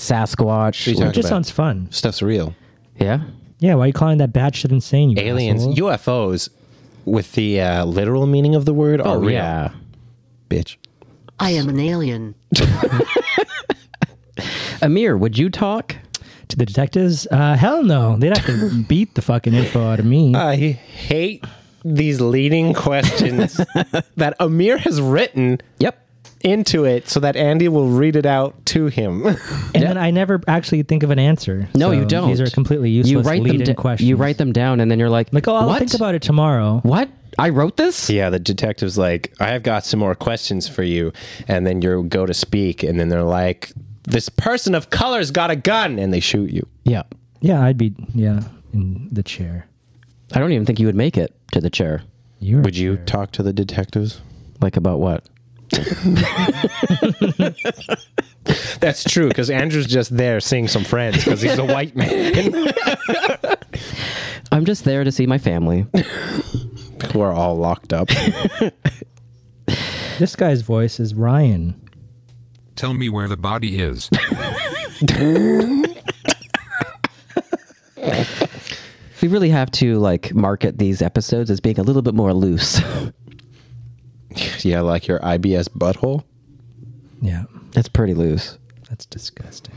S8: What
S7: sasquatch
S8: are you
S6: it just
S8: about-
S6: sounds fun.
S8: Stuff's real.
S7: yeah
S6: Yeah, why are you calling that bad shit insane? You
S8: Aliens,
S6: asshole?
S8: UFOs with the uh, literal meaning of the word are real.
S7: Oh, yeah
S8: Bitch.
S5: I am an alien.
S7: amir would you talk
S6: to the detectives? Uh, hell no, they'd have to beat the fucking info out of me.
S7: Uh,
S8: I hate these leading questions that Amir has written
S7: yep
S8: into it so that Andy will read it out to him.
S6: and then I never actually think of an answer.
S7: no
S6: So
S7: you don't
S6: These are completely useless
S7: you write them
S6: lead-in
S7: da-
S6: questions.
S7: you write them down and then you're like
S6: like, oh, I'll
S7: what?
S6: think about it tomorrow.
S7: what i wrote this
S8: yeah, the detective's like, I've got some more questions for you. And then you go to speak, and then they're like, This person of color's got a gun, and they shoot you.
S7: yeah
S6: Yeah, I'd be yeah in the chair.
S7: i don't even think you would make it to the chair
S6: You're
S8: Would you talk to the detectives?
S7: like about what
S8: That's true, because Andrew's just there seeing some friends because he's a white man.
S7: i'm just there to see my family
S8: We're all locked up.
S6: This guy's voice is Ryan.
S11: Tell me where the body is.
S7: We really have to like market these episodes as being a little bit more loose.
S8: yeah, like your IBS butthole.
S6: Yeah,
S7: That's pretty loose.
S6: that's disgusting.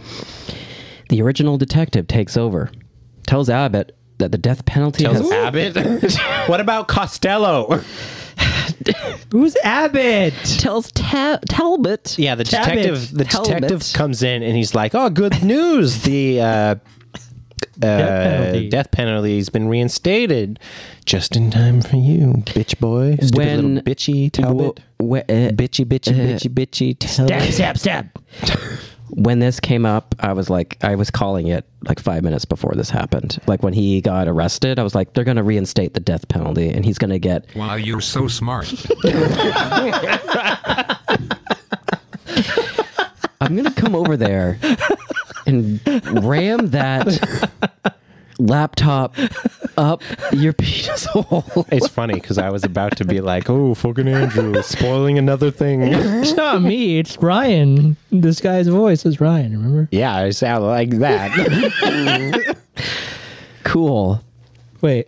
S7: The original detective takes over, tells Abbott that the death penalty has
S8: Abbott. what about Costello?
S6: Who's Abbott?
S7: tells Ta- Talbot.
S8: Yeah, the
S6: Talbot.
S8: detective. The
S7: Talbot.
S8: detective comes in and he's like, "Oh, good news! The uh, uh,
S6: penalty.
S8: death penalty has been reinstated, just in time for you, bitch boy, stupid
S7: When-
S8: little bitchy
S7: W-
S8: Talbot,
S7: we- uh,
S8: bitchy, bitchy, bitchy, bitchy Talbot."
S6: stab, stab.
S7: when this came up, I was like, I was calling it like five minutes before this happened. Like when he got arrested, I was like, they're going to reinstate the death penalty, and he's going to get
S11: Wow, you're so smart.
S7: I'm gonna come over there and ram that laptop up your penis hole.
S8: It's funny because I was about to be like, "Oh, fucking Andrew, spoiling another thing."
S6: It's not me. It's Ryan. This guy's voice is Ryan. Remember?
S8: yeah, I sound like that.
S7: Cool.
S6: Wait.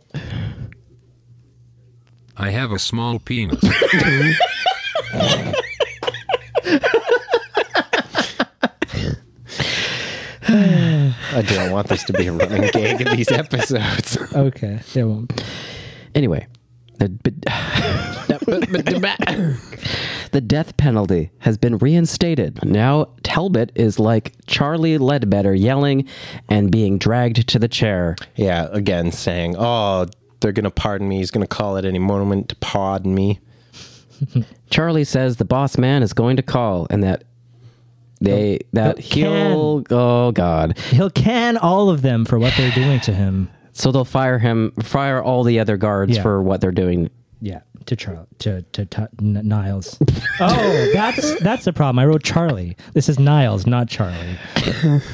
S11: I have a small penis.
S8: I I don't want this to be a running gag in these episodes.
S6: Okay, it won't.
S7: Anyway, the, the death penalty has been reinstated. Now Talbot is like Charlie Ledbetter yelling and being dragged to the chair.
S8: Yeah, again saying, "Oh, they're gonna pardon me. He's gonna call at any moment to pardon me."
S7: Charlie says the boss man is going to call and that they that he'll, oh god
S6: he'll can all of them for what they're doing to him.
S7: So they'll fire him, fire all the other guards
S6: Yeah.
S7: for what they're doing.
S6: Yeah, to Charlie, to to, to N- Niles. oh, that's that's the problem. I wrote Charlie. This is Niles, not Charlie.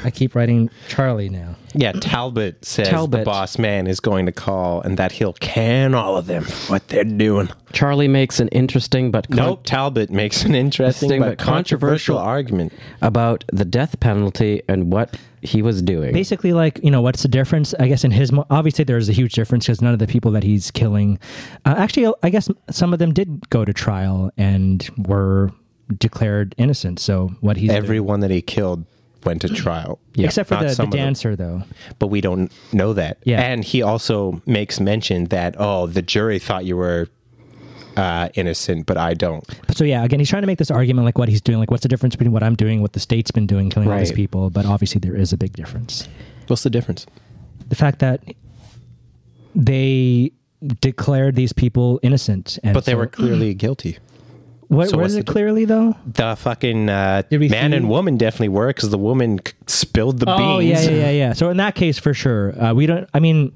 S6: I keep writing Charlie now.
S8: Yeah, Talbot says
S7: Talbot.
S8: the boss man is going to call and that he'll can all of them for what they're doing.
S7: Charlie makes an interesting but con-
S8: nope, Talbot makes an interesting
S7: Interesting
S8: but
S7: but controversial-
S8: controversial argument.
S7: about the death penalty and what he was doing.
S6: Basically, like you know, what's the difference? I guess in his mo- obviously there is a huge difference because none of the people that he's killing, uh, actually, I guess some of them did go to trial and were declared innocent. So what he's
S8: Everyone that he killed went to trial.
S6: except for
S8: Not
S6: the, the
S8: some of them.
S6: dancer though.
S8: but we don't know that.
S6: Yeah.
S8: And he also makes mention that, oh, the jury thought you were uh, innocent, but I don't.
S6: So yeah, again, he's trying to make this argument like what he's doing, like what's the difference between what I'm doing, what the state's been doing, killing all these
S7: Right.
S6: people. But obviously, there is a big difference.
S8: What's the difference?
S6: The fact that they declared these people innocent, and
S8: But they
S6: so-
S8: were clearly guilty.
S6: What,
S8: so what's
S6: was it
S8: the-
S6: clearly though?
S8: The fucking uh,
S6: Did we
S8: man
S6: see-
S8: and woman definitely were because the woman c- spilled the
S6: Oh
S8: beans.
S6: yeah, yeah, yeah, yeah. So in that case, for sure, uh, we don't. I mean,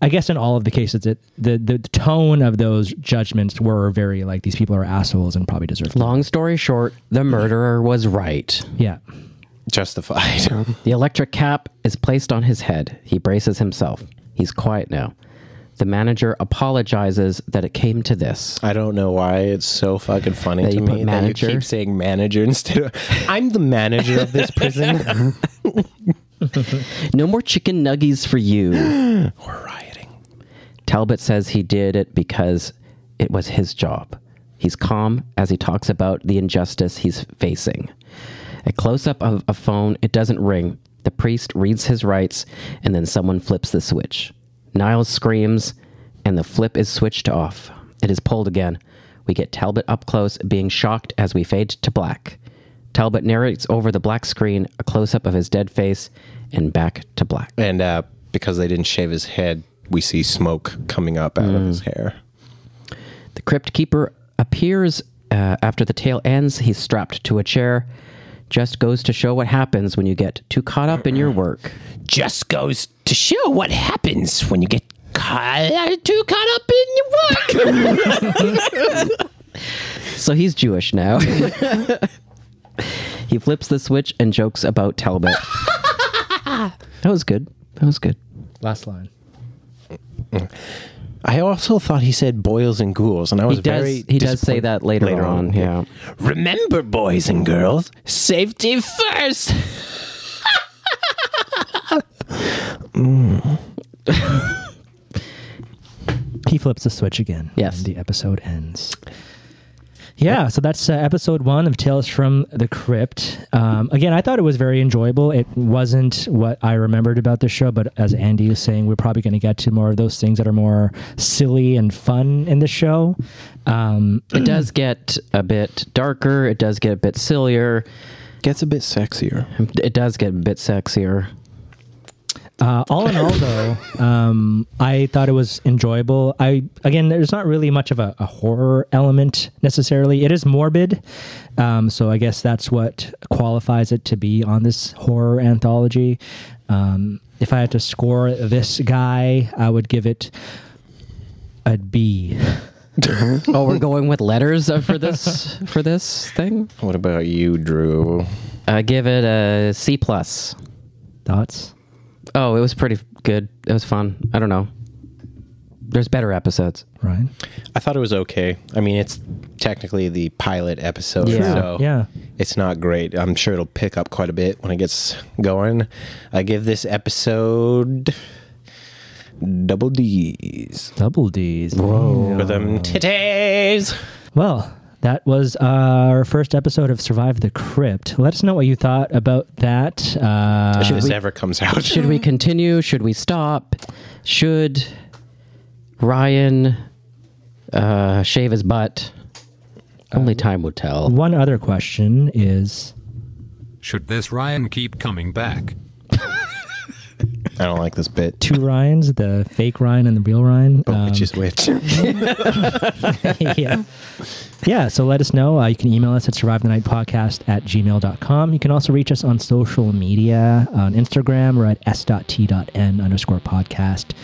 S6: I guess in all of the cases, it the the tone of those judgments were very like these people are assholes and probably deserve.
S7: Long story short, the murderer was right.
S6: Yeah,
S8: Justified.
S6: Um,
S7: The electric cap is placed on his head. He braces himself. He's quiet now. The manager apologizes that it came to this.
S8: I don't know why it's so fucking funny
S7: That
S8: to
S7: you put
S8: me that you
S7: manager?
S8: keep saying manager instead of I'm the manager of this prison.
S7: No more chicken nuggies for you.
S8: we're rioting.
S7: Talbot says he did it because it was his job. He's calm as he talks about the injustice he's facing. A close up of a phone, it doesn't ring. The priest reads his rights, and then someone flips the switch. Niles screams, and the flip is switched off. It is pulled again. We get Talbot up close, being shocked as we fade to black. Talbot narrates over the black screen a close up of his dead face, and back to black.
S8: And uh, because they didn't shave his head, we see smoke coming up out of his
S7: Mm.
S8: hair.
S7: The crypt keeper appears uh, after the tale ends. He's strapped to a chair. Just goes to show what happens when you get too caught up in your work.
S8: just goes to show what happens when you get caught, too caught up in your work.
S7: So he's Jewish now. he flips the switch and jokes about Talbot. that was good. That was good.
S6: last line.
S8: I also thought he said boils and ghouls, and I was
S7: He does.
S8: very.
S7: he does say
S8: disappointed
S7: that later, on. Yeah.
S8: Remember, boys and girls, safety first.
S6: He flips the switch again.
S7: Yes.
S6: And the episode ends. Yeah, so that's uh, episode one of Tales from the Crypt. Um, again, I thought it was very enjoyable. It wasn't what I remembered about the show, but as Andy is saying, we're probably going to get to more of those things that are more silly and fun in the show. Um,
S7: It does get a bit darker. It does get a bit sillier.
S8: Gets a bit sexier.
S7: It does get a bit sexier.
S6: Uh, all in all, though, um, I thought it was enjoyable. I again, there's not really much of a, a horror element necessarily. It is morbid, um, so I guess that's what qualifies it to be on this horror anthology. Um, if I had to score this guy, I would give it a B.
S7: Oh, we're going with letters uh, for this for this thing.
S8: What about you, Drew?
S7: I Uh, give it a C plus.
S6: Thoughts?
S7: Oh, it was pretty good. It was fun. I don't know. There's better episodes.
S6: Ryan?
S8: I thought it was okay. I mean, it's technically the pilot episode,
S7: Yeah.
S8: so
S6: Yeah.
S8: it's not great. I'm sure it'll pick up quite a bit when it gets going. I give this episode double D's.
S6: Double D's.
S8: For them titties.
S6: Well, That was our first episode of Survive the Crypt. Let us know what you thought about that. Uh,
S8: If this ever comes out.
S7: Should we continue? Should we stop? Should Ryan uh, shave his butt? Only time will tell.
S6: One other question is
S11: Should this Ryan keep coming back?
S8: I don't like this bit.
S6: two Ryans, the fake Ryan and the real Ryan.
S8: But
S6: Um,
S8: which is which?
S6: yeah. Yeah. So let us know. Uh, you can email us at survive the night podcast at gmail.com. You can also reach us on social media on Instagram. We're at s.t.n underscore podcast,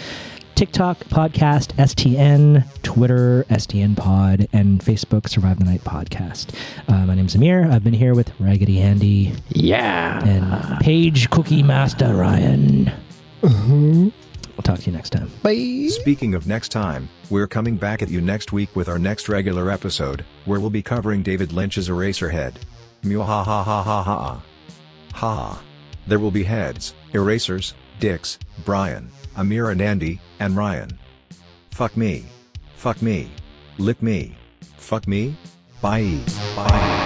S6: TikTok podcast, STN, Twitter, STN pod, and Facebook survive the night podcast. Uh, my name's Amir. I've been here with Raggedy Andy
S7: Yeah.
S6: and Paige Cookie Master Ryan. We'll talk to you next time.
S12: Speaking of next time, we're coming back at you next week with our next regular episode, where we'll be covering David Lynch's Eraserhead. Muahahahahaha. Ha. There will be heads, erasers, dicks, Brian, Amir and Andy, and Ryan. Fuck me. Fuck me. Lick me. Fuck me. Bye. Bye.